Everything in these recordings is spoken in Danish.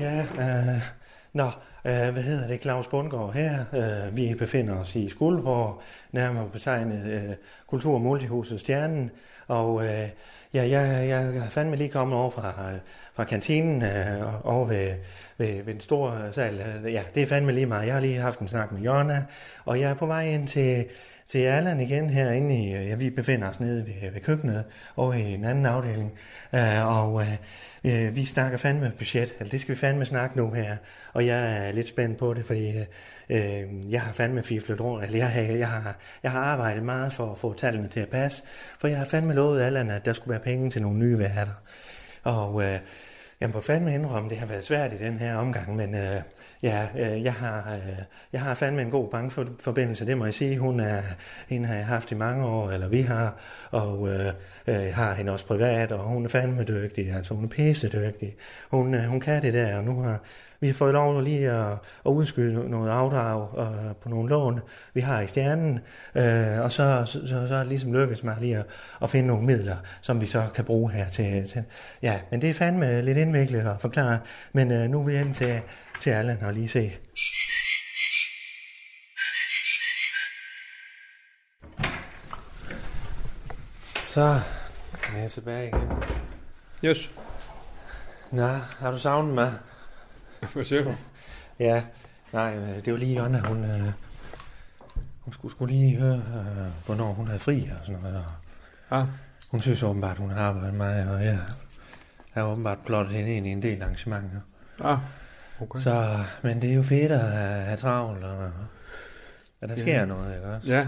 Ja, øh, nå, øh, hvad hedder det, Claus Bundgaard her. Øh, vi befinder os i Skuldborg, nærmere betegnet øh, Kultur- og Multihuset Stjernen. Og øh, ja, jeg, jeg er fandme lige kommet over fra, øh, fra kantinen øh, over ved, ved, ved den store sal. Øh, Ja, det er fandme lige meget. Jeg har lige haft en snak med Jonna, og jeg er på vej ind til, til Erland igen herinde i, øh, ja, vi befinder os nede ved, ved køkkenet og i en anden afdeling, øh, og øh, øh, vi snakker fandme budget, altså det skal vi fandme snakke nu her, og jeg er lidt spændt på det, fordi øh, øh, jeg har fandme fiflet rundt, eller jeg har, jeg, har, jeg har arbejdet meget for at få tallene til at passe, for jeg har fandme lovet Allan, at der skulle være penge til nogle nye værter, og øh, jeg må fandme indrømme, det har været svært i den her omgang, men øh, ja, øh, jeg, har, øh, jeg har fandme en god bankforbindelse, det må jeg sige. Hun er, hende har jeg haft i mange år, eller vi har, og øh, øh, har hende også privat, og hun er fandme dygtig, altså hun er pisse dygtig. Hun, øh, hun kan det der, og nu har vi har fået lov lige at, at udskyde no- noget afdrag øh, på nogle lån, vi har i stjernen, øh, og så, så, så, så er det ligesom lykkedes mig lige at, at finde nogle midler, som vi så kan bruge her til, til. Ja, men det er fandme lidt indviklet at forklare, men øh, nu vil jeg hen til, til Allan og lige se. Så er jeg tilbage igen. Yes, Nå, har du savnet mig? hvad siger du? Ja, nej, øh, det var lige Jonna, hun, øh, hun skulle, skulle lige høre, øh, hvornår hun havde fri og sådan noget. Og Ah, hun synes åbenbart, hun har arbejdet meget, og jeg har åbenbart plottet hende ind i en del arrangementer. ah, okay. Så. Så, men det er jo fedt at have have travlt, og, og der sker noget, ikke også? Ja.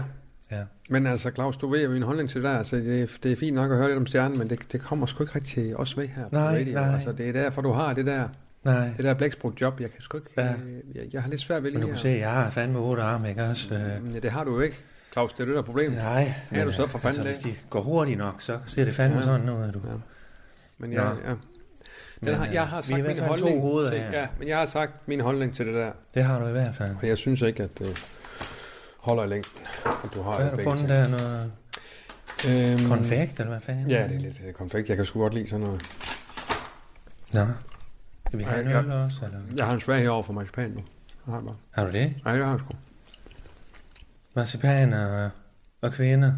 Ja. Men altså, Claus, du ved jo min holdning til det der. Altså, det, er- det er fint nok at høre lidt om stjernen, men det, det kommer sgu ikke rigtig til os ved her på Nej, radio. nej. Altså, det er derfor, du har det der, Nej, det der blæksprut job. Jeg kan sgu ikke... Ja. Ja. Jeg, jeg, har lidt svært ved men du lige kan se, jeg har fandme otte arme, ikke også? Øh, Mm, Ja, det har du jo ikke, Claus. Det er det der problem. Ja. Nej, Ja, du så for fanden altså, hvis det. de går hurtigt nok, så ser det fandme Ja. sådan ud, du. Ja. Men jeg, ja. Den har, øh, jeg har vi er i sagt hvert min fald to holdning hoveder til, her. ja, men jeg har sagt min holdning til det der, Det har du i hvert fald. og jeg synes ikke, at det holder i længden, at du har Hvad har du begge fundet ting. der? Noget Øhm, konfekt, eller hvad fanden? Ja, det er lidt øh, konfekt. Jeg kan sgu godt lide sådan noget. Nå. Skal vi have en Ej, ja. øl også, eller? Jeg har en svaghed over for marcipan nu. Jeg har jeg bare. Har du det? Nej, jeg har jeg sgu. Marcipan og, og kvinder?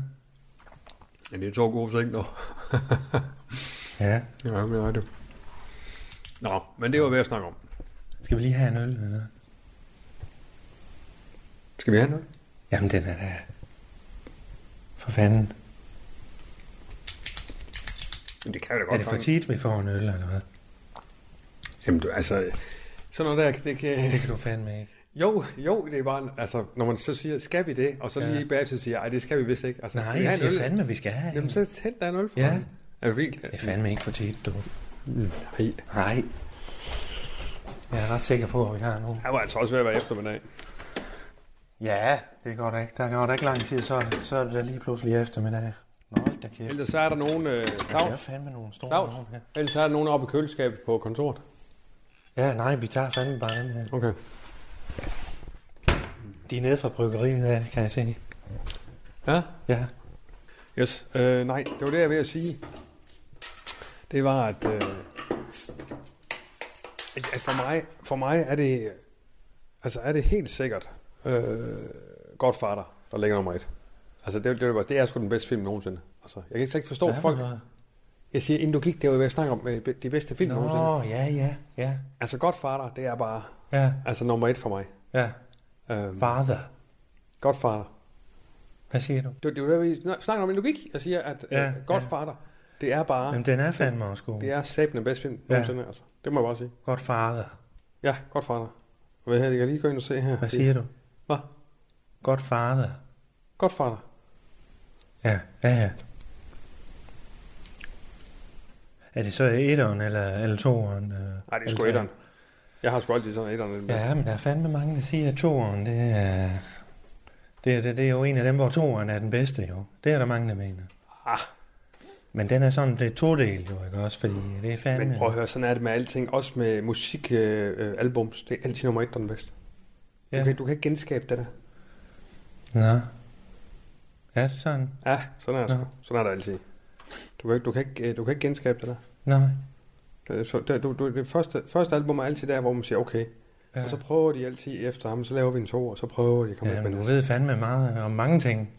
Ja, det er to gode ting, dog. Ja. Ja, men jeg har det. Nå, men det var hvad jeg snakke om. Skal vi lige have en øl, eller? Skal vi have noget? Jamen, den er da... For fanden. Jamen, det kan jeg da Er godt. det for fange. tit, vi får en øl, eller hvad? Jamen, du, altså... øh, Sådan noget der, det Det kan... kan du fandme ikke. Jo, jo, det er bare... en- Altså, når man så siger, skal vi det? Og så Ja. lige bagefter siger, nej, det skal vi vist ikke. Altså, Nej, skal vi jeg have en siger øl? fandme, vi skal have en. Jamen, så tænd der en øl for Ja. mig. Er det vildt? Det er fandme ikke for tit, du. Mm, Nej. Nej. Jeg er ret sikker på, at vi har nogen. Jeg var altså også ved at være eftermiddag. Ja, det går da ikke. Der går da ikke lang tid, så er det, så er det da lige pludselig eftermiddag. Nå, hold da kæft. Ellers så er der nogen... Øh, Der er Claus, fandme nogle store Claus. nogen her. ellers så er der nogen oppe i køleskabet på kontoret. Ja, nej, vi tager fandme bare den her. Okay. De er nede fra bryggeriet, af, kan jeg se. Ja, Ja. Yes, øh, nej, det var det, jeg var ved at sige. Det var, at, øh, at at for, mig, for mig er det, altså er det helt sikkert øh, Godfather, der ligger nummer et. Altså, det, det, var, det er sgu den bedste film nogensinde. Altså, jeg kan slet ikke forstå Hvad Hvad for folk. noget? Jeg siger, inden du gik, det var, hvad jeg snakker om, øh, de bedste film Nå. nogensinde. Nå, ja, ja, ja. Altså, Godfather, det er bare, Ja, altså nummer et for mig. ja. Øh, Father. Godfather. Hvad siger du? Det, det var det, vi snak- snakker om i logik. Jeg siger, at Ja, ja, ja. øh, Godfather, ja. det er bare... Jamen, den er fandme også god. Det er sæben den bedste film Ja. nogensinde, altså. Det må jeg bare sige. Godt father. Ja, godt far dig. Hvad her, jeg kan lige gå ind og se her. Hvad siger du? Hvad? Godt father. Godt far dig. Ja, ja, ja. Er det så etteren eller, eller toeren? øh, Nej, det er eller sgu treeren? etteren. Jeg har sgu altid sådan et eller andet. Altså- Ja, men der er fandme mange, der siger, at toeren, det er... Det, er- det, det er jo en af dem, hvor toeren er den bedste, jo. Det er der mange, der mener. Ah. Men den er sådan lidt todel, jo, ikke også? Fordi det er fandme... Men prøv at høre, sådan er det med alting. Også med musikalbums. Øh, albums. det er altid nummer et, der er den bedste. Ja. Ja. Du, kan, du kan ikke genskabe det der. Nå. Er det sådan? Ja, sådan er det Nå. sgu. Sådan er det altid. Du kan, ikke- du, kan ikke, øh, du kan ikke genskabe det der. Nej. Det er Så det, du, du, det første, første album er altid der, hvor man siger, okay. Ja. Ja. Og så prøver de altid efter ham, så laver vi en to, og så prøver de at komme Ja, ja, men du med ved fandme meget om mange ting.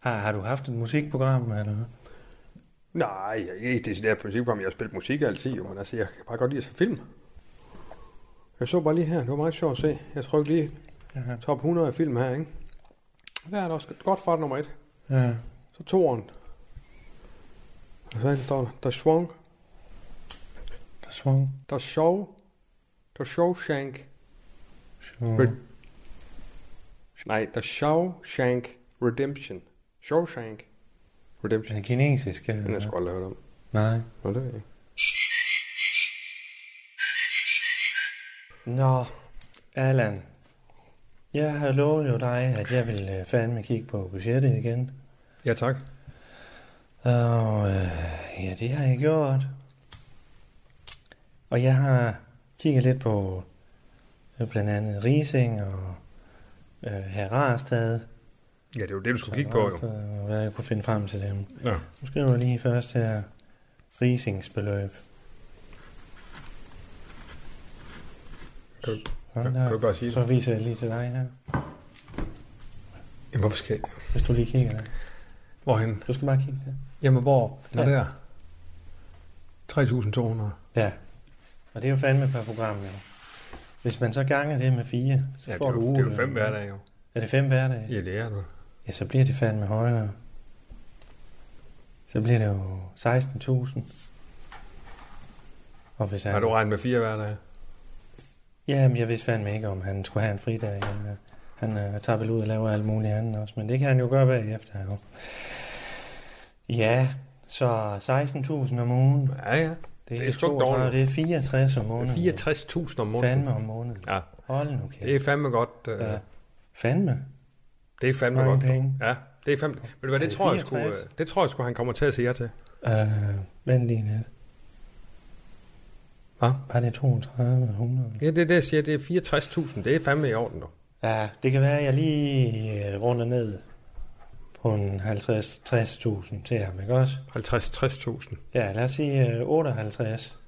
Har, har du haft et musikprogram, eller hvad? Nej, jeg er ikke decideret musikprogram. Jeg har spillet musik altid, jo, men altså, jeg kan bare godt lide at se film. Jeg så bare lige her, det var meget sjovt at se. Jeg tror lige Ja. top 100 af film her, ikke? Der er der også godt fart nummer et. ja. Så toeren. Og så står der, der svung, Der svung. der sjov, der Shawshank. Sjov. Red- Nej, der Shawshank Redemption. Shawshank Er Redemption. det kinesisk? Eller? Den er hvad? sgu aldrig hørt om. Nej. Nå, det ved jeg ikke. Nå, Allan. Jeg har lovet jo dig, at jeg vil øh, fandme kigge på budgettet igen. Ja, tak. Og øh, ja, det har jeg gjort. Og jeg har kigget lidt på øh, blandt andet Rising og øh, Herrastad. Ja, det er jo det, du skulle Og hvad jeg kunne finde frem til dem. Ja. Nu skriver jeg lige først her Risings beløb. Kan du- Sådan der. bare sige Så viser jeg lige til dig her, Jamen, hvorfor skal jeg? hvis du lige kigger der. Hvorhen? Du skal bare kigge der. Jamen, hvor? Nå, Ja. der. 3.200. Ja, og det er jo fandme per program, jo. Hvis man så ganger det med fire, så får du uge. jo. Er det fem hverdage? Ja. det er du. ja, så bliver det fandme højere. Så bliver det jo 16.000. Og hvis han... regnet med fire hverdage? Jamen, jeg vidste fandme ikke, om han skulle have en fridag. eller- Han øh, tager vel ud og laver alt muligt andet også, men det kan han jo gøre bagefter, jo. Ja, så 16.000 om ugen. Ja, ja. Det er, Det det er er sgu ikke 32, dårligt. det er 64 om måneden. 64.000 om måneden. Fandme om måneden. Ja, Hold nu kæft. det er fandme godt. Øh, Ja. ja. Fandme. Det er fandme Mange godt. penge. Ja, det er fandme... Ved du hvad, Er det det tror, jeg skulle, 64? øh, det tror jeg skulle, han kommer til at sige ja til. Øh, vent lige net. Hvad? Var det 32 100? Ja, det er det, jeg siger. Det er 64.000. Det er fandme i orden, nu. Ja, det kan være, at jeg lige øh, runder ned på en 50-60.000 til ham, ikke også? 50-60.000. Ja, lad os sige øh, 58.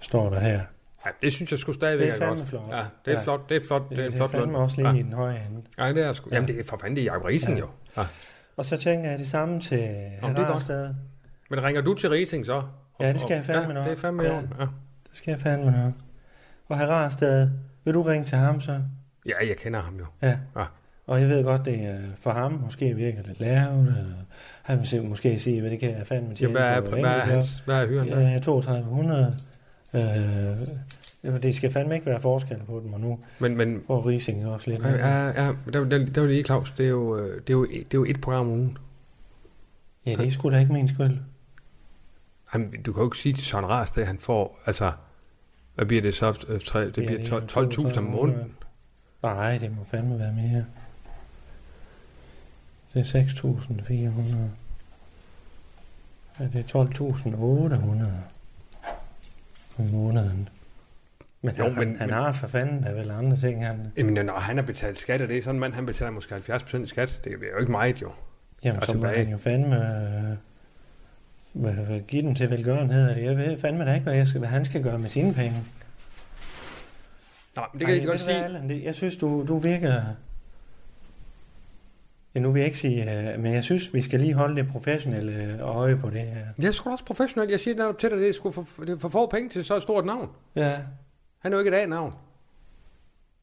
Står der her. Ja, det synes jeg skulle stadigvæk Det er fandme godt. flot. Ja, det er Ja. flot. Det er flot. Det er en det er flot fandme løn. også lige ja. i den høje ende. Ja, det er sgu. Jamen, det er for fanden, det er Jacob Rising, Ja. jo. Ja. Og så tænker jeg det samme til godt. Herrestad. Men ringer du til Rising så? Og- Ja, det skal jeg og- fandme ja, nok. det er fandme i Ja. orden. Ja. Det skal jeg fandme nok. Og Herrestad, vil du ringe til ham så? ja, jeg kender ham jo. Ja. Ja. Og jeg ved godt, det er for ham måske virker lidt lavt. og Han vil se- måske sige, hvad det kan jeg fandme Ja, tjene hvad er, på, hvad er, enkelt job. hans, hvad er hyren der? Ja, 3200. Øh, jamen, det skal fandme ikke være forskel på dem, og nu Men, men får Rising også lidt. ja, ja, ja, men der, der, der er lige Claus, det er, jo, øh, det, er jo, det er jo et program om ugen. ja, det er sgu da ikke min skyld. Jamen, du kan jo ikke sige til Søren Rast, at han får, altså, hvad bliver det så? Øh, tre- Det bliver lige 12 12.000 om måneden. Nej, det må fandme være mere. Det er 6.400. Ja, det er 12.800 om måneden. Men, Jo, jo, han, men- men, han men- har for fanden der vel andre ting. Han, Jamen, når han har betalt skat, og det er sådan en mand, han betaler måske 70% i skat. Det er jo ikke meget, jo. jamen, Og så må tilbage. han jo fandme... Øh, hvad- hvad- give dem til velgørenhed. Jeg ved fandme da ikke, hvad, jeg skal, hvad han skal gøre med sine penge. Nej, men det kan jeg Ej, ikke godt ved du hvad, sige. Allan, det, jeg synes, du, du virker... Ja, nu vil jeg ikke sige, øh, men jeg synes, vi skal lige holde det professionelle øh, øje på det her. Jeg er sgu da også professionel. Jeg siger netop til dig, det er sgu for, det er for få penge til så et stort navn. Ja. Han er jo ikke et A-navn.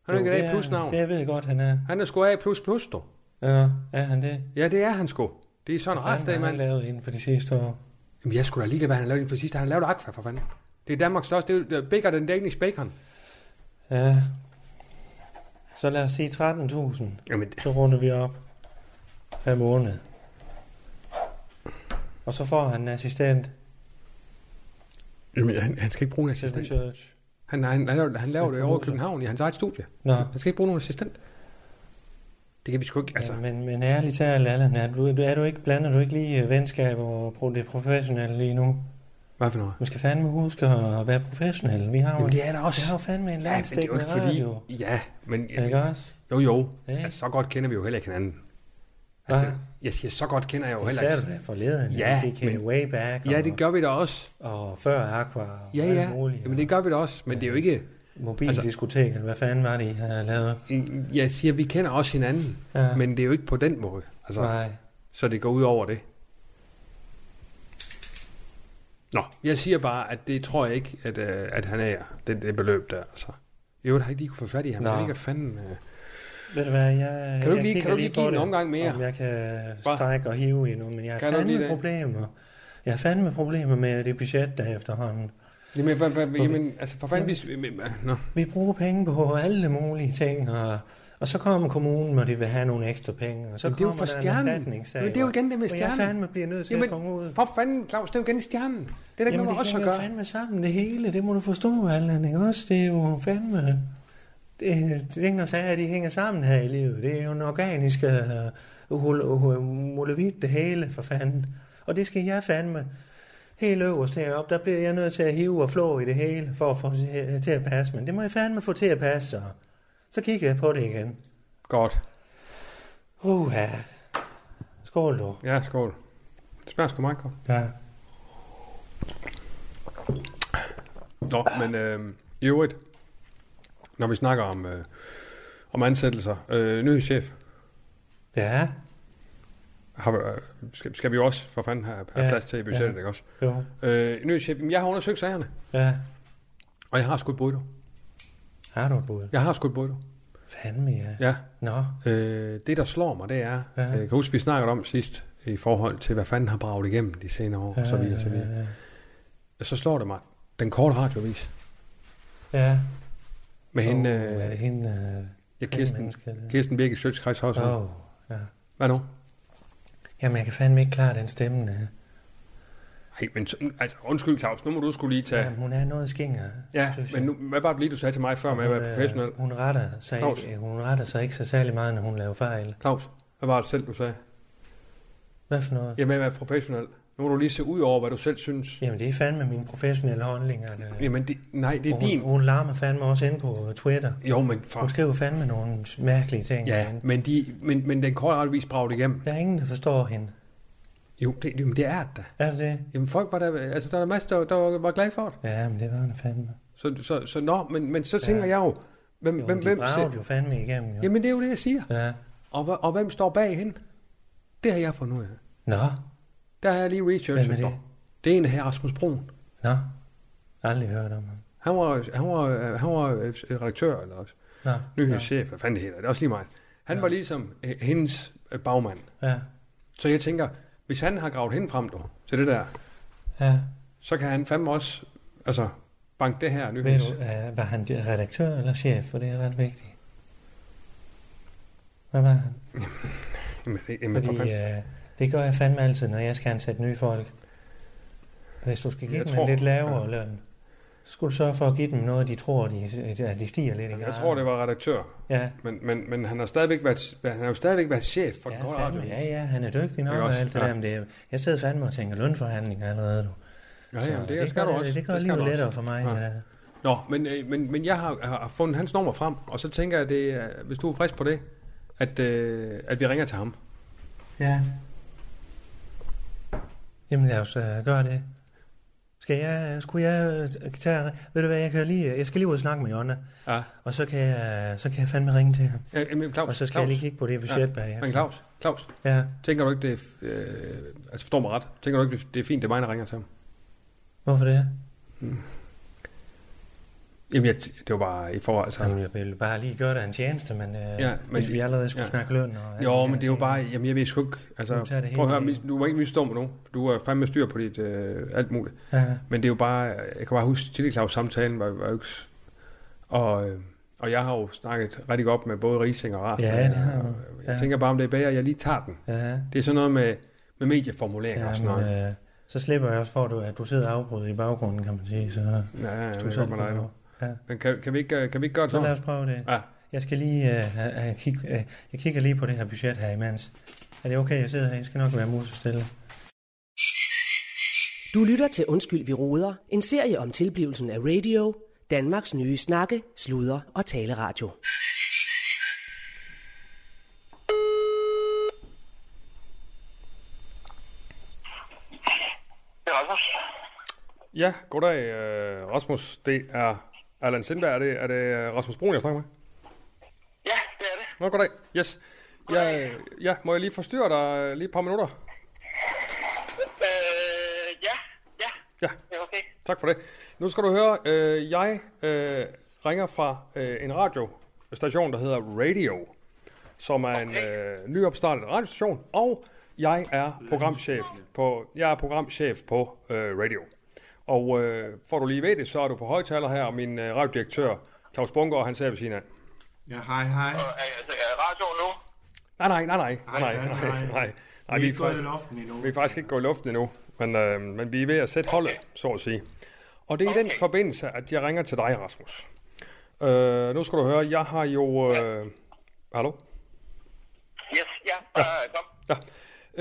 Han er jo, Jo, ikke det et A-plus-navn. Det jeg ved jeg godt, han er. Han er sgu A++, du. Ja, er han det? Ja, det er han sgu. Det er sådan Hvad rest af, har han mand. lavet inden for de sidste år? Jamen, jeg skulle da lige hvad han lavede inden for sidst. Han lavede Aqua, for fanden. Det er Danmarks største. Det er jo bigger than Danish bacon. Ja. Så lad os sige 13.000. Jamen, Så runder vi op per måned. Og så får han en assistent jamen han, han, skal ikke bruge en til assistent. research. Han, han, han, laver- han laver det over i København i hans eget studie. Nå. Han skal ikke bruge nogen assistent. Det kan vi sgu ikke, altså. Altså. Ja, men, men ærligt talt, Allan, er du, er du ikke, blander du ikke lige øh, venskab og pro, det professionelle lige nu? Hvad for noget? Man skal fandme huske at være professionel. Vi har jo, Jamen, det, det er der vi også. har jo fandme en Ja, men det er jo landstækkende ikke fordi... radio. Ja, men... Ikke også? Jo, jo. Ikke? Altså, så godt kender vi jo heller ikke hinanden. Hvad? Altså, jeg siger, så godt kender jeg jo Det heller sagde ikke. du da forleden. Ja, vi men- men... way back. Ja, det gør vi da også. Og, og før Aqua. Og Ja, alt ja. Muligt, Jamen, det gør vi da også. Men det er jo ikke... Mobildiskotek, altså... hvad fanden var det, I havde lavet? øh, Jeg siger, vi kender også hinanden. Ja. Men det er jo ikke på den måde. Altså, Nej. så det går ud over det. Nå, jeg siger bare, at det tror jeg ikke, at, øh, at han er det, det beløb der. Altså. Jeg har jeg ikke lige kunne få fat i ham. Nå. Jeg ved ikke, hvad fanden... Øh. Ved du hvad, jeg... Kan du ikke jeg lige- kigger kan du lige på give en det, omgang mere? Om jeg kan Bare- strække og hive endnu, men jeg har Kan du lige fandme det? problemer. Jeg har fandme problemer med det budget, der er efterhånden. Jamen, hvad, hvad, jamen, altså, for fanden... Vi, men- nå. Vi bruger penge på alle mulige ting, og, og så kommer kommunen, og de vil have nogle ekstra penge. Og så Jamen, det er jo kommer for der en stjernen. erstatningssag, Men det er jo igen det med og jeg stjernen. fandme bliver nødt til Jamen, at komme ud. For fanden, Claus, det er jo igen stjernen. Det er der ikke Jamen, noget, det også at hænger jo gøre. fandme sammen, det hele. Det må du forstå, Allan, ikke også? Det er jo fandme... Det, ting og sager, de hænger sammen her i livet. Det er jo en organisk uh, molevit, det hele, for fanden. Og det skal jeg fandme helt øverst heroppe. Der bliver jeg nødt til at hive og flå i det hele, for at få det til at passe. Men det må jeg fandme få til at passe, så. Så kigger jeg på det igen. Godt. Uha. Skål, du. Ja, skål. Det smager sgu meget godt. Ja. Nå, men øh, i øvrigt, når vi snakker om, øh, om ansættelser, øh, ny chef, Ja, har, vi- øh, skal, skal vi jo også for fanden have, have Ja, plads til i budgettet, ja. ikke også? jo. Øh, ny chef, jamen, jeg har undersøgt sagerne, Ja. og jeg har skudt bryder. Har du et bud? Jeg har skudt bryder, Fandme, ja. ja. Nå, Øh, det, der slår mig, det er, Ja. ja. jeg kan huske, vi snakkede om sidst, i forhold til, hvad fanden har braget igennem de senere år, ja, og så videre, og så videre. Så slår det mig, den korte radiovis, Ja. med oh, hende, Åh, er øh, det hende... Øh, ja, Kirsten, menneske, der- Kirsten Birke, Sjøtskreds Højsson. Åh, oh, ja. Hvad nu? Jamen, jeg kan fandme ikke klare den stemme. øh. Ej, men så- altså, undskyld Claus, nu må du skulle lige tage... Jamen, hun er noget skinger. Ja, synes men jeg. nu, hvad var det lige, du sagde til mig før med at Hun, være øh, professionel? Hun retter, sig Claus. ikke, hun retter sig ikke så særlig meget, når hun laver fejl. Claus, hvad var det selv, du sagde? Hvad for noget? Ja, med at være professionel. Nu må du lige se ud over, hvad du selv synes. Jamen, det er fandme mine professionelle handlinger. Det. der. Jamen, det, nej, det er hun, din... Hun larmer fandme også ind på øh, Twitter. Jo, men Hun for... skriver fandme nogle mærkelige ting. Ja, derinde. men, de, men, men den korte retvis bragte igennem. Der er ingen, der forstår hende. Jo, det, jamen, det er det da. Er det det? Jamen, folk var der... Altså, der er masser, der, der var glade for det. Ja, men det var hun fandme. Så, så, så, nå, men, men så Ja. tænker jeg jo... Hvem, Jo, hvem, de hvem, bragede jo fandme igennem, jo. jamen, det er jo det, jeg siger. Ja. Og, hva- og hvem står bag hende? Det har jeg fundet ud af. Nå, Der har jeg lige researchet. Hvem er det? for. det er en her Rasmus Brun. nå. Aldrig hørt om ham. Han var, han var, han var øh, redaktør, eller også Nå, nyhedschef, hvad fanden det hedder, det er også lige meget. Han ja. var ligesom øh, hendes øh, bagmand. ja. Så jeg tænker, hvis han har gravet hende frem dog, til det der, Ja, så kan han fandme også altså, banke det her ved nyheds... du, uh, var han redaktør eller chef, for det er ret vigtigt. Hvad var han? Jamen, det- jamen, for Fordi fanden. uh, det gør jeg fandme altid, når jeg skal ansætte nye folk. Hvis du skal give Jeg dem tror- en lidt lavere ja. løn, så skal du sørge for at give dem noget, de tror, de, at de stiger lidt i Jeg tror, det var redaktør, Ja, men, men, men han har stadigvæk været, han har jo stadigvæk været chef for ja, ja, den korte fandme, radio. ja, ja, han er dygtig nok Ikke og også? alt det Ja. der, men det, er- jeg sidder fandme og tænker lønforhandlinger allerede nu. Ja, Så ja, det, det gør skal du også. Det gør skal livet du også. lettere for mig. Ja. Ja. Ja. Nå, men, øh, men, men jeg har, har fundet hans nummer frem, og så tænker jeg, det, er- hvis du er frisk på det, at, øh, at vi ringer til ham. Ja. Jamen lad os uh, gøre det. Skal jeg, skulle jeg uh, tage, ved du hvad, jeg, kan lige, øh, jeg skal lige ud og snakke med Jonna, Ja. og så kan jeg, øh, så kan jeg fandme ringe til ham. Ja, men Claus, Og så skal Claus, jeg lige kigge på det budget ja, bagefter. Men Claus, Claus, Ja, tænker du ikke, det er, f- øh, altså forstår mig ret, tænker du ikke, det- det er fint, det er mig, der ringer til ham? hvorfor det? Jamen, jeg, t- det var bare i forhold altså, til ham. Jamen, jeg ville bare lige gøre dig en tjeneste, men, uh, ja, Ja, men men- hvis vi allerede skulle ja. ja. snakke løn. Og, Jo, men det er jo bare, jamen jeg ved sgu ikke, altså, Nu tager det hele prøv at høre, af. mis- du må ikke misstå mig nu, for du er fandme styr på dit øh, alt muligt. Ja, Men det er jo bare, jeg kan bare huske, Tilly Claus samtalen var, var jo ikke, s- og, øh, og jeg har jo snakket rigtig godt med både Rising og Rast. Ja, det har du. Jeg Ja. tænker bare, om det er bedre, at jeg lige tager den. ja. øh, Det er sådan noget med, med medieformuleringer og sådan noget. Jamen, uh, så slipper jeg også for, at du, at du sidder afbrudt i baggrunden, kan man sige. Så, Ja, ja, jeg du ved selv godt med dig får nu. lov. Ja. Men kan, kan, vi ikke, øh, kan vi ikke gøre det Så lad sådan? os prøve det. Ja. Jeg skal lige øh, øh, kigge, øh, jeg kigger lige på det her budget her imens. Er det okay, jeg sidder her? Jeg skal nok være musestille. Du lytter til Undskyld, vi roder, en serie om tilblivelsen af radio, Danmarks nye snakke, sludre og taleradio. Det er Rasmus. Ja, goddag, øh, Rasmus. Det er Allan Sindberg. Er det, er det øh, Rasmus Brun, jeg snakker med? Ja, det er det. Nå, goddag. Yes. Jeg, øh, ja, må jeg lige forstyrre dig øh, lige et par minutter? Øh, ja, ja, Ja, det er okay. tak for det. Nu skal du høre, øh, jeg øh, ringer fra øh, en radiostation, der hedder Radio, som er en øh, nyopstartet radiostation, og jeg er programchef på, jeg er programchef på øh, Radio. Og øh, får du lige ved det, så er du på højtaler her, og min øh, radiodirektør, Claus Bunker, han ser ved siden af. Ja, hej, hej. Og, øh, altså, er radioen nu? Nej, nej, nej, nej, nej, Nej, nej, nej, nej, nej, nej. nej. Vi er vi er ikke gået i faktisk- luften endnu. Vi er faktisk ikke gået i luften endnu, men, øh, men vi er ved at sætte holdet, så at sige. Og det er i den Okay. forbindelse, at jeg ringer til dig, Rasmus. Øh, nu skal du høre, jeg har jo... Øh, hallo? Yes, ja, bare kom. Ja.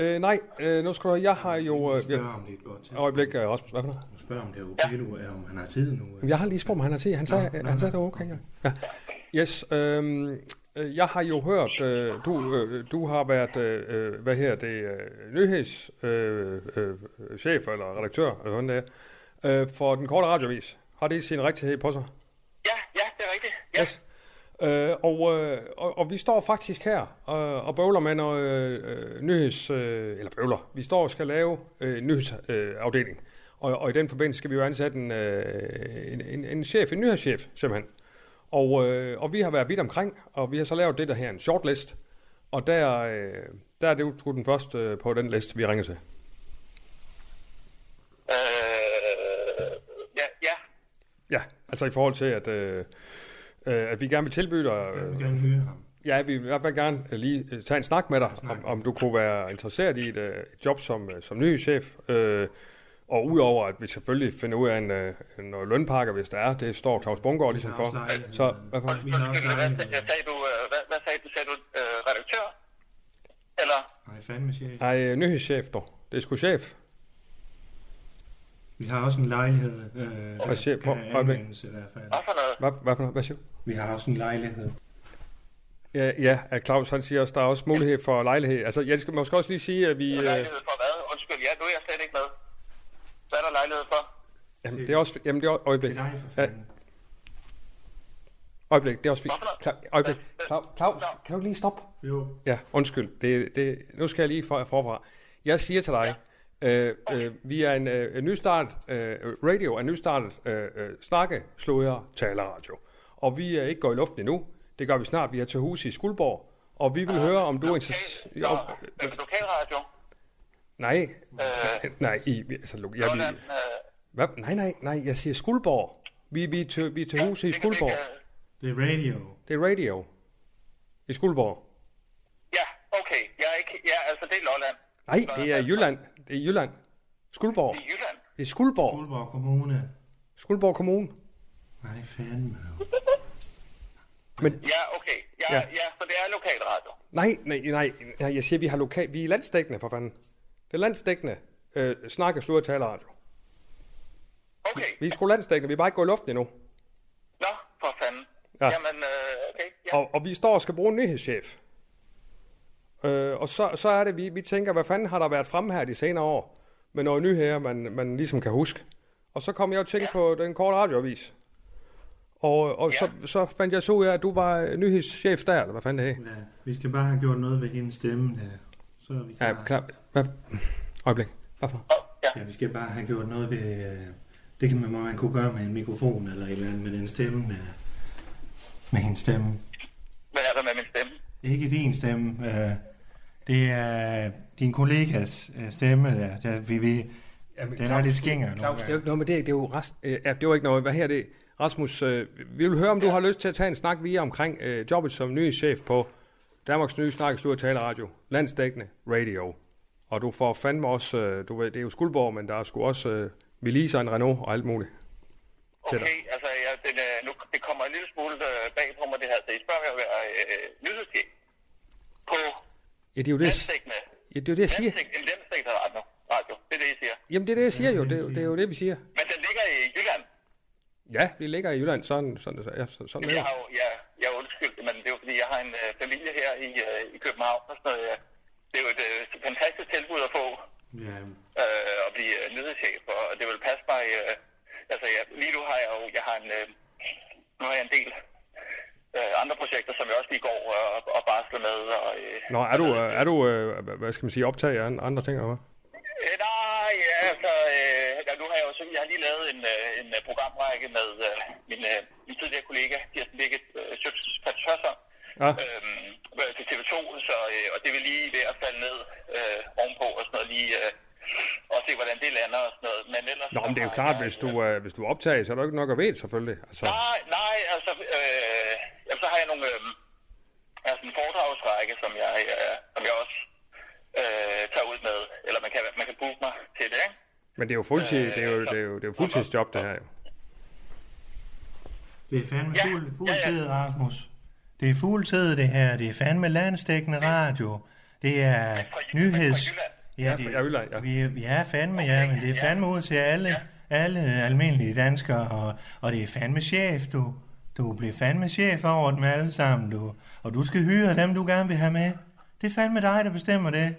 Øh, nej, øh, nu skal du høre, jeg har jo... Øh, jeg, Spørg om det er et godt tidspunkt. øjeblik, øh, Rasmus, hvad for noget? Spørg om det er okay nu, er, om han har tid nu. Jamen, Jeg har lige spurgt, om han har tid. Han sagde, nej, han sagde det var okay. Ja. Ja. Yes, øhm, øh, jeg har jo hørt, øh, du, øh, du har været, øh, øh, hvad her det, øh, nyhedschef øh, øh, chef eller redaktør, eller sådan det er, øh, for den korte radiovis. Har det sin rigtighed på sig? Ja, ja, det er rigtigt. Ja, Yes. Øh, og, øh, og, og vi står faktisk her øh, og bøvler med noget øh, nyheds... Øh, eller bøvler. Vi står og skal lave øh, nyhedsafdeling. Øh, afdeling. og, og i den forbindelse skal vi jo ansætte en, øh, en, en, en chef, en nyhedschef simpelthen. Og, øh, og vi har været vidt omkring, og vi har så lavet det der her, en shortlist. Og der, øh, der er det jo den første øh, på den liste, vi ringer til. øh, ja, ja. Ja, altså i forhold til, at, øh, øh, at vi gerne vil tilbyde dig... Jeg Øh, vil gerne høre ham. Ja, vi vil i hvert fald gerne øh, lige øh, tage en snak med dig, om, om du kunne være interesseret i et, øh, et job som, øh, som ny chef. Øh, og udover at vi selvfølgelig finder ud af en, øh, noget lønpakker, hvis der er, det står Claus Bungård ligesom Det er for. også dejligt. Så hvad øh, for? Vi har også Undskyld, hvad, lejlighed. hvad sagde du, øh, hvad, hvad sagde du, sagde du øh, redaktør? Eller, Nej, fandme chef. Nej, øh, nyhedschef dog. Det er sgu chef. Vi har også en lejlighed, øh, der Hvad siger- prøv- kan øjeblik. anvendes i hvert fald. hvad for noget? Hvad, hvad, for noget? hvad siger du? Vi har også en lejlighed. Ja, ja, at Claus han siger også, der er også mulighed for lejlighed. Altså, jeg skal måske også lige sige, at vi... Øh, Lejlighed for hvad? Undskyld, ja, nu er jeg slet ikke med. Hvad er der lejlighed for? jamen, det er også... Jamen, det er også- Det øjeblik. er dig for Ja, fanden. øjeblik, det er også fint. Hvorfor? Kla- Øjeblik. Claus, Claus, kan du lige stoppe? Jo. Ja, undskyld. Det, det, nu skal jeg lige for, forfra. Jeg siger til dig, øh, øh, vi er en, øh, en nystart, øh, radio er en nystartet øh, øh, snakke, sludder, taleradio. Og vi er ikke gået i luften endnu. Det gør vi snart. Vi er til hus i Skuldborg. Og vi vil høre, om du er interesseret... Nå, øh, lokalradio. Nej, Øh, nej, I, altså, lo- jeg, Lolland, vi, øh, hvad? Nej, nej, nej, jeg siger Skuldborg. Vi, vi, er til, vi er til hus i det kan vi ikke, Skuldborg. øh, Det er radio. Det er radio. I Skuldborg. Ja, okay. Jeg er ikke, ja, altså det er Lolland. Nej, det er Jylland. Det er Jylland. Skuldborg. I Jylland. Det er Skuldborg. Guldborg Kommune. Skuldborg Kommune. Nej, fandme. Men Ja, okay. Ja, Ja. ja. ja så det er lokalradio. nej, nej, nej, nej, jeg siger, vi har lokal, vi er landsdækkende for fanden. Det er landsdækkende. Øh, snakke, slur og taleradio. Okay. Vi er sgu landsdækkende, vi er bare ikke gået i luften endnu. Nå, for fanden. Ja. Ja. Jamen, øh, okay. Ja. Og, og vi står og skal bruge en nyhedschef. Øh, og så, så er det, vi, vi tænker, hvad fanden har der været fremme her de senere år? Med noget nyheder, man, man ligesom kan huske. Og så kom jeg jo til ja. på den korte radioavis. Og, og ja. så, så fandt jeg så ud af, at du var øh, nyhedschef der, eller hvad fanden det er. Ja, vi skal bare have gjort noget ved hendes stemme. Der. Så er vi klar. Ja, klar. Hvad? Øjeblik. Hvad for? Og, ja. Ja, vi skal bare have gjort noget ved... Øh, det kan man, må man kunne gøre med en mikrofon eller et eller andet med den stemme. Øh, med hendes stemme. Hvad er der med min stemme? Ikke din stemme. Øh, det er din kollegas øh, stemme. Der, der, vi, vi, Jamen, den er lidt skinger nu. Claus, det er jo ikke noget med det. Det er jo, rest, øh, ja, det er jo ikke noget. Hvad her er det? Rasmus, øh, vi vil høre, om du har lyst til at tage en snak via omkring øh, jobbet som ny chef på Danmarks nye snakkes og taleradio, landsdækkende radio. Og du får fandme også, øh, du ved, det er jo Skuldborg, men der er sgu også øh, Melisa og en Renault og alt muligt. Okay, altså jeg, den, øh, nu, det kommer en lille smule øh, bag på mig det her, så I spørger mig at være øh, nyhedschef på Ja, det er jo det, jeg, s- landstækkende, ja, det, er jo det, jeg siger. landstækkende, en landstækkende radio. radio. Det er det, I siger. Jamen, det er det, jeg siger jo. Det, er jo- det er jo det, vi siger. Men den ligger i Jylland. Ja, vi ligger i Jylland, sådan, sådan, ja, sådan, sådan Jamen, er jeg det. har jo, jeg, jeg er undskyldt, men det er jo fordi, jeg har en øh, familie her i, øh, i København og sådan noget. Ja. Det er jo et øh, fantastisk tilbud at få Ja, øh, at blive øh, nyhedschef, og det vil passe mig. Øh, altså, jeg, lige nu har jeg jo, jeg har en, øh, nu har jeg en del øh, andre projekter, som jeg også lige går øh, og, og barsler med. Og, øh, Nå, er du, øh, er du øh, hva- hvad skal man sige, optaget af andre ting, eller hvad? Øh, nej, ja, altså, øh, ja, nu har jeg jo så, jeg har lige lavet en, øh, en øh, programrække med øh, min, øh, min tidligere kollega, Kirsten Birgit øh, Sjøts Patrøsser, Ja. øhm, øh, til TV2, så, øh, og det vil lige ved at falde ned øh, ovenpå og sådan noget, lige øh, og se, hvordan det lander og sådan noget. Men ellers... Nå, så men det er jo har klart, jeg- hvis du, øh, hvis du er optaget, så er du ikke nok at vide, selvfølgelig. Altså, Nej, nej, altså, øh, jamen, så har jeg nogle, øh, altså en foredragsrække, som jeg, øh, som jeg også øh, tager ud med, eller man kan, man kan booke mig til det, ikke? men det er jo fuldtid, det er jo, det er jo, det er jo fuldtidsjob, det her jo. det er fandme Ja, fugl, ja, fugletid, Rasmus. Det er fugletid, det her. Det er fandme landstækkende radio. Det er nyheds... Jylland. Ja, fra- ja, Jylland, ja. Vi er, ja, fandme, ja, men det er fandme ud til alle, alle almindelige danskere, og, og det er fandme chef, du. Du bliver fandme chef over dem alle sammen, du. Og du skal hyre dem, du gerne vil have med. Det er fandme dig, der bestemmer det.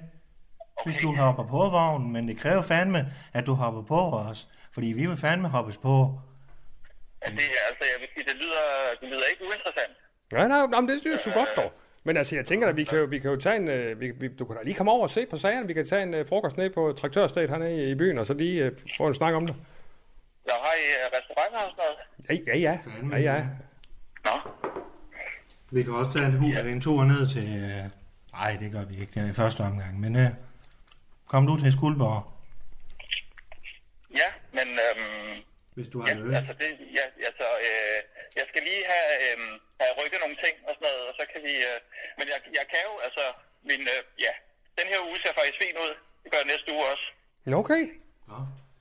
Hvis du hopper på vognen, men det kræver fandme, at du hopper på os. Fordi vi vil fandme hoppes på. Ja, det, er- altså, jeg vil sige, det lyder, det lyder ikke uinteressant. Nej, nej, nej, men det synes du godt dog. Men altså, jeg tænker da, vi kan jo, vi kan jo tage en... øh, Vi, vi, du kan da lige komme over og se på sagerne. Vi kan tage en øh, frokost ned på traktørstedet hernede i- i byen, og så lige øh, få en snak om det. Jeg har i øh, restauranter og sådan noget. Ja, ja, ja. ja, ja. Nå, Vi kan også tage en, hu- en tur ned til... øh, Nej, det gør vi ikke. Det er i første omgang. Men øh, kom du til Skuldborg, ja, men øhm, hvis du ja, har lyst. altså, det, ja, altså øh, jeg skal lige have, øhm, have rykket nogle ting og sådan noget, og så kan vi... Øh, men jeg, jeg kan jo, altså, min, øh, ja, den her uge ser faktisk fin ud. Det gør næste uge også. Nå, Okay.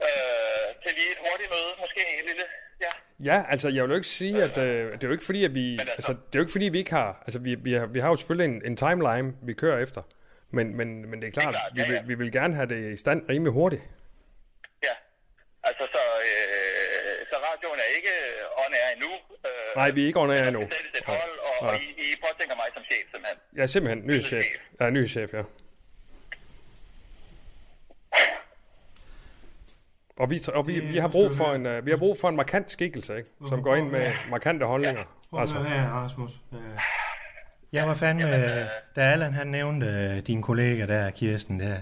Øh, til lige et hurtigt møde, måske en lille... Ja, Ja, altså jeg vil jo ikke sige, at øh, det er jo ikke fordi, at vi, altså- altså, det er jo ikke fordi, vi ikke har, altså vi, vi, har, vi har jo selvfølgelig en, en timeline, vi kører efter, men, men, men det er klart, klart, vi, ja, ja. vil, vi vil gerne have det i stand rimelig hurtigt. ja. Altså, så, øh, så radioen er ikke on air endnu. Øh, Nej, vi er ikke under jer endnu. Det er det 12, og, og I, I påtænker mig som chef, simpelthen. Jeg er simpelthen ny chef. Jeg er ny chef, ja. Og vi, og vi, vi, har brug for en, øh, vi har brug for en markant skikkelse, ikke? som går ind med markante holdninger. Prøv altså. Altså, her, Rasmus. Øh, Jeg var fandme, øh, da Allan han nævnte øh, din kollega der, Kirsten der,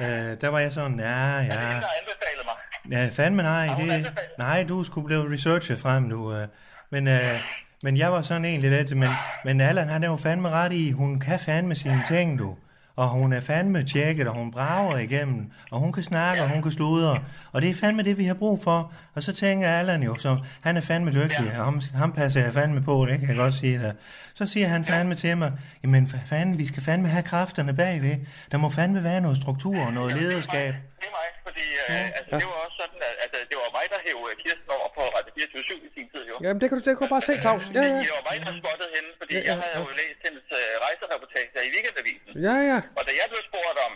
øh, der var jeg sådan, ja, ja, Ingen har anbefalet mig. ja fandme nej, hun det, anbefalet? nej, du skulle blive researcher frem, du. Øh, men, øh, men jeg var sådan egentlig lidt, men, men Allan han er jo fandme ret i, hun kan fandme sine ting, du. Og hun er fandme tjekket, og hun brager igennem, og hun kan snakke, og hun kan sludre. Og det er fandme det, vi har brug for. Og så tænker Allan jo, så han er fandme dygtig, og ham, ham passer jeg fandme på, det kan jeg godt sige dig. Så siger han fandme til mig, jamen for fanden, vi skal fandme have kræfterne bagved. Der må fandme være noget struktur og noget lederskab. Det er mig, fordi øh, altså, det var også sådan, at altså, det var mig, der hævde øh, Kirsten over på Radio 24 i sin tid, jo. jamen det kan du, det kan du bare se, Claus. Ja, ja, Det var mig, der spottede hende, fordi jeg havde jo læst hendes øh, rejsereportager i Weekendavisen. ja, ja. Og da jeg blev spurgt om,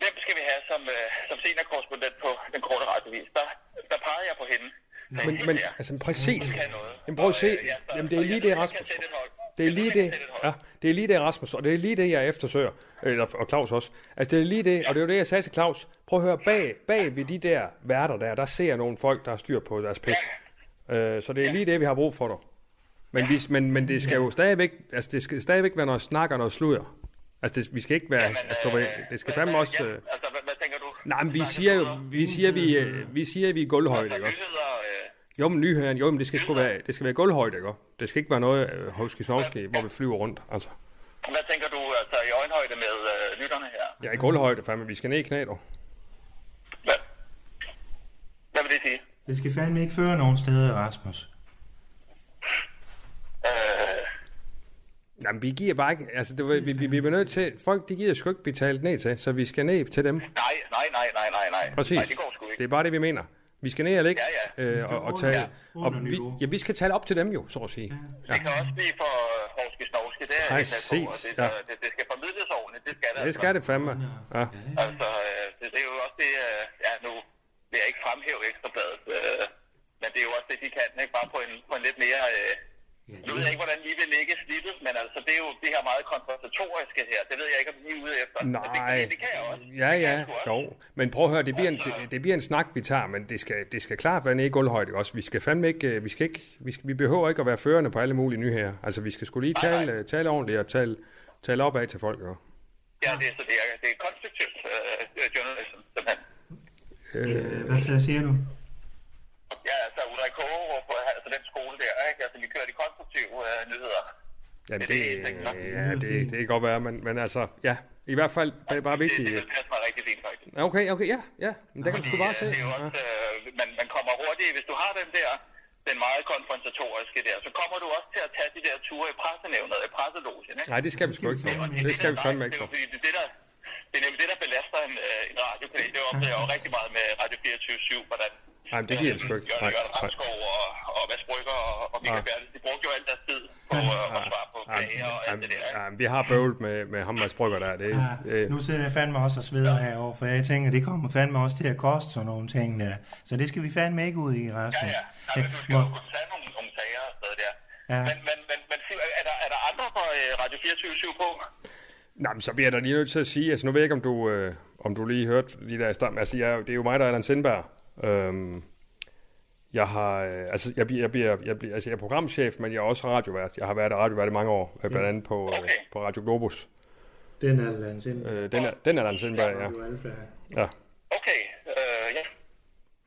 hvem skal vi have som, øh, som seniorkorrespondent på den korte radiovis, der, der pegede jeg på hende. Sagde, Men, "Hende men der, altså præcis. hun kan noget." Jamen prøv at Og, se. øh, ja, så- Jamen det er og jeg lige tror, det, jeg kan Rasmus. sætte et hold. Det er Jeg lige tror, jeg det, kan sætte et hold. ja, det er lige det, Rasmus, og det er lige det, jeg eftersøger, eller, og Claus også. Altså, det er lige det, og det er jo det, jeg sagde til Claus. Prøv at høre, bag, bag ved de der værter der, der ser jeg nogle folk, der har styr på deres pis. Øh, så det er lige det, vi har brug for dig. Men, vi, men, men det skal jo stadigvæk, altså, det skal stadigvæk være noget snak og noget sludder. Altså, det, vi skal ikke være, Men, altså, du ved, det skal fandme øh, også... ja, Øh, altså, hvad, hvad tænker du? nej, men vi siger jo, vi siger, vi, øh, vi siger, vi er i gulvhøjde, ikke også? Nyheder, øh, Jo, men nyhøren, jo, men det skal sgu være, det skal være gulvhøjde, ikke? Det skal ikke være noget øh, hovski hvor vi flyver rundt, altså. hvad tænker du altså, i øjenhøjde med øh, lytterne her? Jeg er i gulvhøjde, fandme, vi skal ned i knæet, dog. Hvad, hvad vil det sige? Det skal fandme ikke føre nogen steder, Rasmus. Øh, Jamen, vi giver bare ikke, altså, det, var- vi, vi, vi er nødt til, folk, de gider sgu ikke blive talt ned til, så vi skal ned til dem. nej, nej, nej, nej, nej, nej. Præcis. Nej, det går sgu ikke. Det er bare det, vi mener. Vi skal ned og ligge Ja, øh, og, og tale. under Og vi, niveau. ja, vi skal tale op til dem jo, så at sige. Det kan også blive for øh, hovske-snovske, det er jeg helt med på, og Præcis, det, ja. ja. det, det skal formidles ordentligt, det skal altså det. Ja, det skal det fandme. Ja. Altså, øh, det, det er jo også det, øh, ja, nu vil jeg ikke fremhæve Ekstrabladet, øh, men det er jo også det, de kan, ikke? Bare på en, på en lidt mere... Øh, nu ved jeg ikke, hvordan I vil lægge snittet, men altså, det er jo det her meget konfrontatoriske her. Det ved jeg ikke, om I er ude efter. Og Det, Nej. det, det kan jeg også. Ja, Det kan jeg ja, sgu også. dog. Men prøv at høre, det bliver en, det, det bliver en snak, vi tager, men det skal, det skal klart være nede i gulvhøjde også. Vi skal fandme ikke, øh, vi skal ikke, vi, skal, vi behøver ikke at være førende på alle mulige nyheder. Altså, vi skal skulle lige tale, øh, tale ordentligt og tale, tale opad til folk. Og, Ja, det, er- så det er, det er konstruktivt øh, journalism, simpelthen. øh, Øh, hvad for siger du? Ja, altså Ulrik Kåre på altså den skole der, ikke? Altså, vi kører de konstruktive øh, nyheder. Jamen, det det, er ikke nok. ja, det, det kan godt være, men, men altså, ja, i hvert fald det er bare Det, det vigtigt. øh. vil passe mig rigtig fint, faktisk. Ja, Okay, okay, ja, ja, men det kan du sgu bare se. det er jo også, øh, man, man kommer hurtigt, hvis du har den der, den meget konfrontatoriske der, så kommer du også til at tage de der ture i pressenævnet, i presselogen, ikke? Nej, det skal vi sgu ikke. for. Og er Det skal vi der- fandme ikke. Det er for. jo fordi, det er det, der, det er nemlig det, der belaster en, øh, en radiokanal. Det oplever jeg jo rigtig meget med Radio 24-7, hvordan Nej, men det giver det sgu ikke. Nej, Jørgen Jørgen nej. Ramskov og, og Mads Brygger og, og Michael Ah. Bertelsen, de brugte jo alt deres tid på øh, at svare på klager og alt Jamen, det der, ikke? jamen, vi har bøvlet med, med ham, Mads Brygger, der. Det, er- Ja, det, nu sidder jeg fandme også og sveder herovre, for jeg tænker, det kommer fandme også til at koste sådan nogle ting der. Så det skal vi fandme ikke ud i, Ja, Rasmus. ja. Nej, men du skal Må- jo kunne tage nogle, nogle sager og sådan der. Ja. Men, men, men, men sig, er, der, er der andre på øh, Radio 24 på? nej, men så bliver jeg da lige nødt til at sige, altså nu ved jeg ikke, om du, øh, om du lige hørte lige der i starten. Altså, jeg, er jo- det er jo mig, der er Allan Sindberg. Øhm, jeg har, øh, altså, jeg, bliver- jeg, bliver, jeg, bliver, altså, jeg er programchef, men jeg er også radiovært. Jeg har været radiovært i mange år, øh, blandt andet på, øh, Mm. Okay. på Radio Globus. Den er landet ind. Øh, den, er, den er Allan Sindberg, ja. ja. Okay, øh, ja.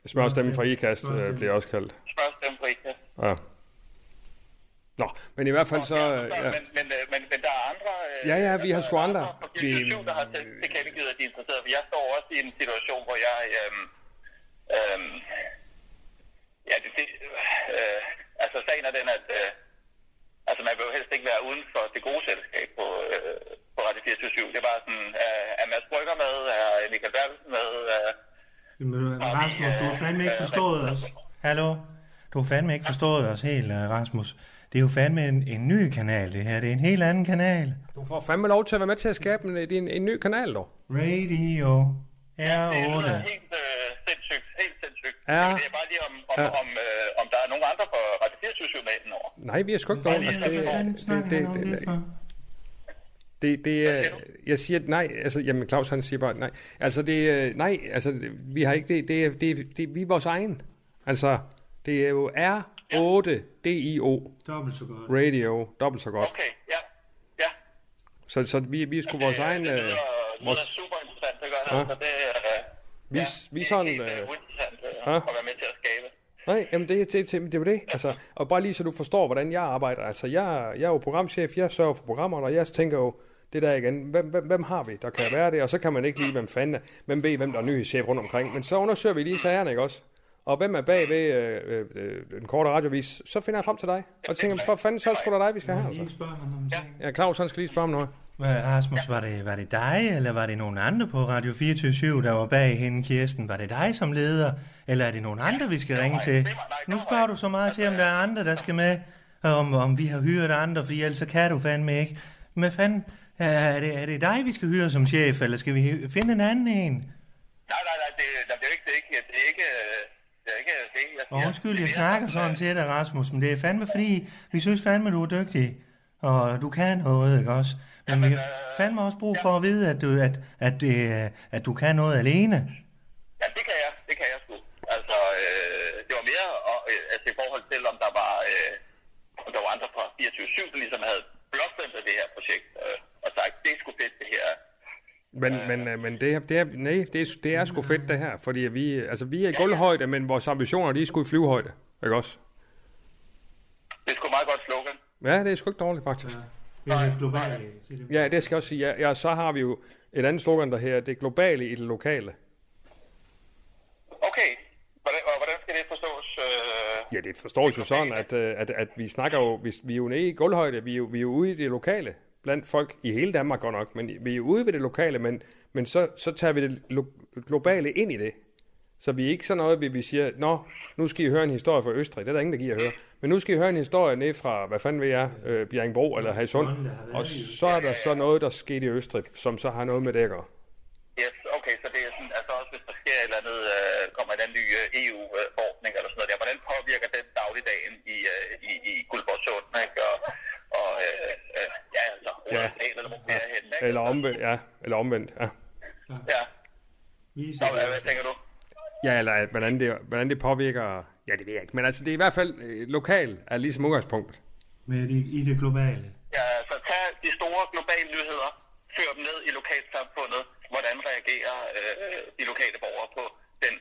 Smørstemmen fra IKAST øh, Mm. Smørstemmen. bliver også kaldt. Spørg dem på ikke. Ja. Nå, men i hvert fald så... øh, ja. Ja. men, men, øh, men, men der er andre... Øh, Ja, ja, vi har sgu der er andre. På 24 der har selv Vi- tilkendegivet, at de er interesseret, for jeg står også i en situation, hvor jeg... Øhm, øhm, ja, det, det, øh, altså, sagen er den, at... Øh, altså, man vil jo helst ikke være uden for det gode selskab på, øh, på Radio 24 Det er bare sådan, øh, er Mads Brygger med? Er Michael Bertelsen med? Øh, Rasmus, du har fandme ikke forstået os. Hallo? Du har fandme ikke forstået os helt, øh, Rasmus. Det er jo fandme en, en ny kanal, det her. Det er en helt anden kanal. Du får fandme lov til at være med til at skabe en, en, en ny kanal, dog. Radio det er R8. noget helt øh, sindssygt, helt sindssygt. Ja. Men Det er bare lige om, om, Ja. om, øh, om der er nogen andre på Radio 24 med den over. Nej, vi er sgu ikke dog. Altså, det, Hvad fanden det, snakker han om det, det det, for? det, det, er- jeg siger nej, altså, jamen Claus han siger bare nej. Altså, det, er- nej, altså, det- vi har ikke, det, det, er- det, er- det, vi er vores egen. Altså, det er jo R8DIO Dobbelt så godt. Radio, dobbelt så godt. Okay, ja. Ja, Så, så vi, vi er sgu vores egen, det øh, lyder, lyder vores, super interessant, det gør det. Altså, det øh, vi, vi er sådan, det er øh, interessant ja. øh, at være med til at skabe. Nej, jamen det, det, det, det er jo det. Altså, og bare lige så du forstår, hvordan jeg arbejder. Altså, jeg, jeg er jo programchef, jeg sørger for programmerne, og jeg tænker jo, det der igen, hvem, hvem, hvem har vi, der kan være det? Og så kan man ikke lige, hvem fanden er, hvem ved, hvem der er nyhedschef rundt omkring. Men så undersøger vi lige sagerne, ikke også? Og hvem er bag ved øh, øh, den korte radiovis, så finder jeg frem til dig. Og tænker, for fanden, så er det sgu da dig, vi skal have. Kan I Altså. ikke spørge ham om ting? Ja, Claus, han skal lige spørge om noget. Hvad, Rasmus, var det, var det dig, eller var det nogen andre på Radio 24 der var bag hende, Kirsten? Var det dig som leder, eller er det nogen andre, vi skal ringe til? Nu spørger du så meget til, om der er andre, der skal med, og om, om vi har hyret andre, fordi ellers så kan du fandme ikke. Men hvad fanden, er- er det, er det dig, vi skal hyre som chef, eller skal vi hy- finde en anden en? Nej, nej, nej, det, nej, det er jo ikke det, er ikke, det er ikke, øh, det er ikke det, jeg Og siger. undskyld, jeg Det er snakker sådan til dig, Rasmus, men det er fandme fordi, vi synes fandme, du er dygtig, og du kan noget, ikke også? Men vi har øh, fandme også brug for at vide, at du, at, at, øh, at, at du kan noget alene. øh, Ja, det kan jeg, det kan jeg sgu. Altså, øh, det var mere og, øh, altså, i forhold til, om der var, øh, om der var andre fra 24-7, der ligesom havde blåstemt af det her projekt, øh, og sagt, det er sgu fedt, det her. Men, men, øh, men det, er- det, er, nej, det, er, det er sgu fedt det her, fordi vi, altså, vi er i gulvhøjde, men vores ambitioner, de er sgu i flyvehøjde, ikke også? Det er sgu meget godt slogan. Ja, det er sgu ikke dårligt, faktisk. Det er globalt. Ja, det skal jeg også sige. Ja, ja, så har vi jo et andet slogan, der her, det globale i det lokale. Okay, hvordan, og hvordan skal det forstås? Øh, Ja, det forstås jo sådan, at, øh, at, at vi snakker jo, vi, vi er jo nede i gulvhøjde, vi er jo, vi er jo ude i det lokale, blandt folk i hele Danmark godt nok, men vi er jo ude ved det lokale, men, men så, så tager vi det lo- globale ind i det. Så vi er ikke sådan noget, vi, vi siger, nå, nu skal I høre en historie fra Østrig. Det er der ingen, der giver at høre. Men nu skal I høre en historie ned fra, hvad fanden ved jeg, øh, Bjerringbro eller Hadsund. Og så er der så noget, der skete i Østrig, som så har noget med det at gøre. Yes, okay, så det er sådan, altså også hvis der sker et eller andet, øh, kommer en anden ny øh, EU-forordning eller sådan noget der, hvordan påvirker den dagligdagen i, øh, i, i Guldborg Sund, ikke? Og, og øh, øh, ja, altså, Ja. ja. eller hvor det er henne, ikke? Eller omvendt, ja. Eller omvendt, ja. Ja, Vi Nå, hvad, hvad tænker du? Ja, eller at, hvordan, det, hvordan det påvirker... Ja, det ved jeg ikke. Men altså, det er i hvert fald øh, lokal er ligesom udgangspunktet. med det, i det globale. Ja, så tag de store globale nyheder, før dem ned i lokalsamfundet. Hvordan reagerer øh, de lokale borgere på den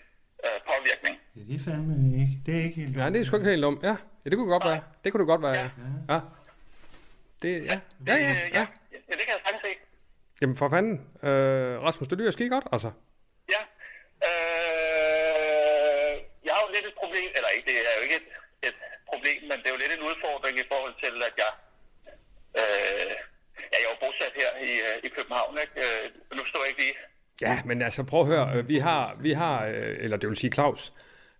øh, påvirkning? Ja, det er fandme ikke. Det er ikke helt... Ja, det er sgu ikke helt om. Ja. ja, det kunne godt være. Det kunne det godt være, ja. ja. Det, ja. Ja, ja, Øh, ja. ja. det kan jeg sagtens se. Jamen for fanden. Øh, Rasmus, det lyder skide godt, altså. Ja. Øh, jeg har jo lidt et problem, eller ikke, det er jo ikke et, et problem, men det er jo lidt en udfordring i forhold til, at jeg, øh, ja, jeg er jo bosat her i, øh, i København, ikke? Øh, nu står jeg ikke lige Ja, men altså prøv at høre. øh, Vi har, vi har øh, eller det vil sige Claus,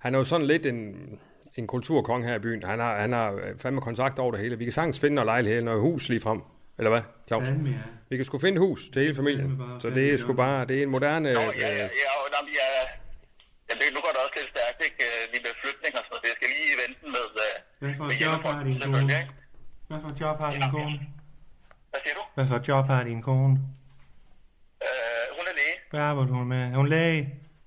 han er jo sådan lidt en, en kulturkong her i byen. Han har, han har øh, fandme kontakt over det hele. Vi kan sagtens finde noget lejlighed eller noget hus lige frem. Eller hvad, Claus? Fandme, ja. Vi kan sgu finde hus til hele familien. Så det er sgu bare, det er en moderne... Nå, ja, ja, Øh, ja, og, jamen, ja, ja, det, nu går det også lidt stærkt, ikke? Øh, Lige med flytning og sådan noget. Jeg skal lige vente med... øh, Hvad for med et job har din hjemmefronten, selvfølgelig, kone? ikke? Hvad for et job har din kone? Hvad siger du? Hvad for et job har din kone? Øh, hun er læge. Hvad arbejder hun med? Er hun læge?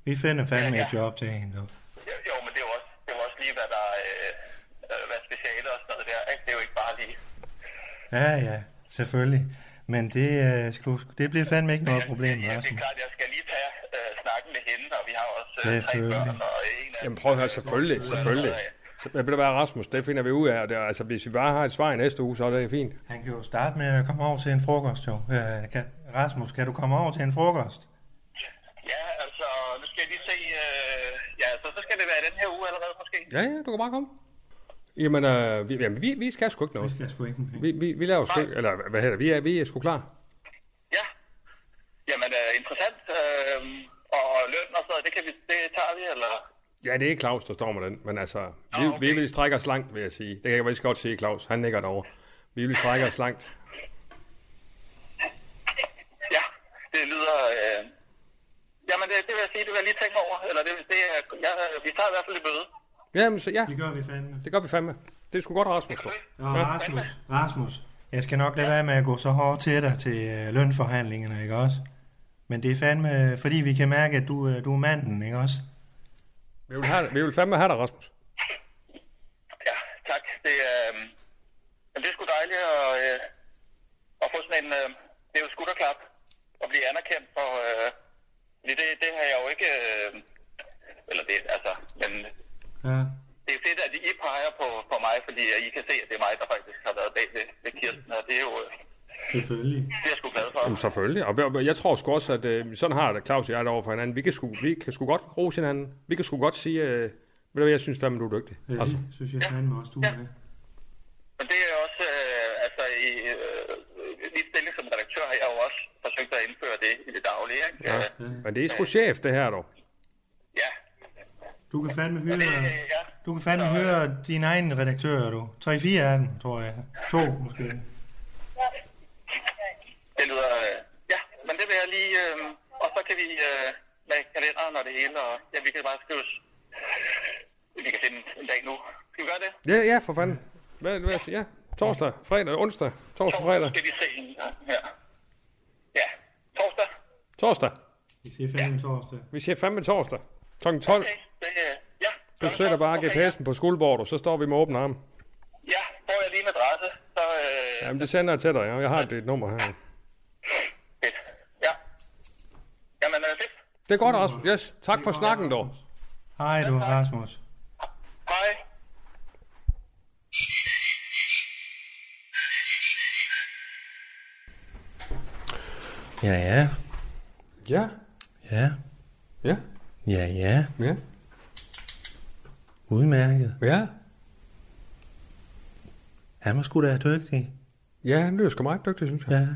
Vi finder fandme Ja, ja. et job til hende. du. Jo, Jo, men det er jo også, det er jo også lige, hvad der øh, øh, hvad specialer og sådan noget der, ikke? Det er jo ikke bare lige... Ja, ja, selvfølgelig. Men det, øh, sku, det bliver fandme ikke noget problem, Ja, det er Rasmus. klart, jeg skal lige tage øh, snakken med hende, og vi har også øh, tre Selvfølgelig. børn og en af... Jamen prøv at høre, selvfølgelig, selvfølgelig. Så, hvad vil der være, Rasmus? Det finder vi ud af. Det, er- altså, hvis vi bare har et svar i næste uge, så er det fint. Han kan jo starte med at komme over til en frokost, jo. Øh, kan, Rasmus, kan du komme over til en frokost? Ja, altså, nu skal jeg lige se... Øh, ja, så, så skal det være den her uge allerede, måske. Ja, ja, du kan bare komme. Jamen, øh, vi, jamen vi, vi skal sgu ikke Det noget. skal jeg sgu ikke. Vi, vi, vi laver sgu ikke- eller hvad hedder det? vi er, vi er sgu klar. Ja. Jamen, øh, interessant. Øh, og løn og sådan noget, det, kan vi, det tager vi, eller? Ja, det er Claus, der står med den, men altså, vi, Nå, okay. vi vil strække os langt, vil jeg sige. Det kan jeg vist godt sige, Claus. Han nikker derovre. Vi vil strække os langt. Ja, det lyder... Øh, jamen, det, det vil jeg sige, det vil jeg lige tænke over. Eller det, det er, jeg, vi tager i hvert fald et møde. Jamen, så ja, Det gør vi fandme. det gør vi fandme. Det er sgu godt, Rasmus. du. Nå, Rasmus, Rasmus. Jeg skal nok lade være med at gå så hårdt til dig til øh, lønforhandlingerne, ikke også? Men det er fandme, øh, fordi vi kan mærke, at du, øh, du er manden, ikke også? Vi vil, have, vi vil fandme have dig, Rasmus. Ja, tak. Det, øh, jamen, det er sgu dejligt at, øh, at få sådan en... Øh, det er jo skutterklap at blive anerkendt for... Øh, fordi det, det har jeg jo ikke... Øh, eller det, altså... Men Ja. det er fedt, at I peger på, på mig, fordi øh, I kan se, at det er mig, der faktisk har været bag ved, ved Kirsten. Og det er jo... Øh, Selvfølgelig. det er jeg sgu glad for. Jamen, selvfølgelig. Og jeg- jeg tror sgu også, at øh, sådan har det Claus og jeg det over for hinanden. Vi kan sgu, vi kan sgu godt rose hinanden. Vi kan sgu godt sige, øh, ved du hvad, jeg synes fandme, du er dygtig. Ja, Altså, det synes jeg fandme også, du er. Men det er også, øh, altså i øh, i min stilling som redaktør har jeg jo også forsøgt at indføre det i det daglige. Ikke? Ja. men det er sgu chef, det her dog. ja. Du kan fandme Og det, høre... øh, ja. Du kan fandme høre din egen redaktør, du. 3-4 af dem, tror jeg. To, måske. det lyder, øh, ja, men det vil jeg lige, øh, og så kan vi øh, med kalenderen og det hele, og ja, vi kan bare skrives. Vi kan finde en dag nu. Skal vi gøre det? Ja, ja, for fanden. Hvad, hvad, ja, torsdag, fredag, onsdag, torsdag, fredag, Skal vi se en gang her. Ja, torsdag. torsdag. Vi siger fandme torsdag. Vi siger fandme torsdag. Klokken 12. Okay, det, øh, ja. Du sætter bare Okay, GPS'en på skuldbordet, og så står vi med åbne arme. Ja, ja får jeg lige en adresse, så øh, Jamen, det sender jeg til dig. ja. Jeg har dit nummer her. fedt. Ja. Jamen, øh, fedt. Det er godt, Rasmus. Yes, tak for snakken, dog. Hej du, Rasmus. Hej. Ja, ja. Ja, Ja, ja, ja, ja. ja, Udmærket. ja. Han var sgu da dygtig. Ja, han lyder sgu meget dygtig, synes jeg. Ja.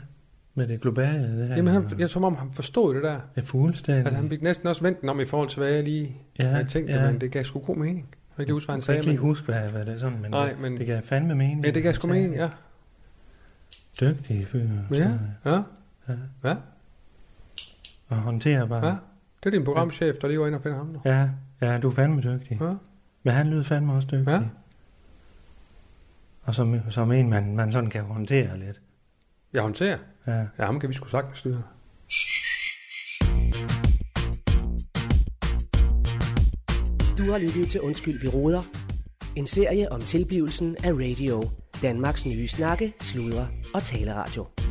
med det globale der. Jamen, han, jeg tror, om han forstod det der. Ja, fuldstændig. Altså, han fik næsten også vendt den om i forhold til, hvad jeg lige ja, Mm. Ja, havde tænkt, ja. ja. men det gav sgu god mening. Jeg kan ikke huske, hvad han jeg kan sagde, ikke lige men, huske, hvad, hvad det er sådan, men, Nej, Nej, men- men det gav fandme mening. ja, det gav sgu Han er mening, ja. Dygtig fyr, tror Ja, jeg. ja. Ja. Ja, Og håndterbar. ja. Det er din programchef, der lige var inde og finde ham nu. Ja, ja, du er fandme dygtig. Ja. Men han lyder fandme også dygtig. Ja. Og som, som en, man, man sådan kan håndtere lidt. Jeg håndterer. Ja. Ja, ham kan vi sgu sagtens styre. Du har lyttet til Undskyld, vi råder. En serie om tilblivelsen af radio. Danmarks nye snakke, sludre og taleradio.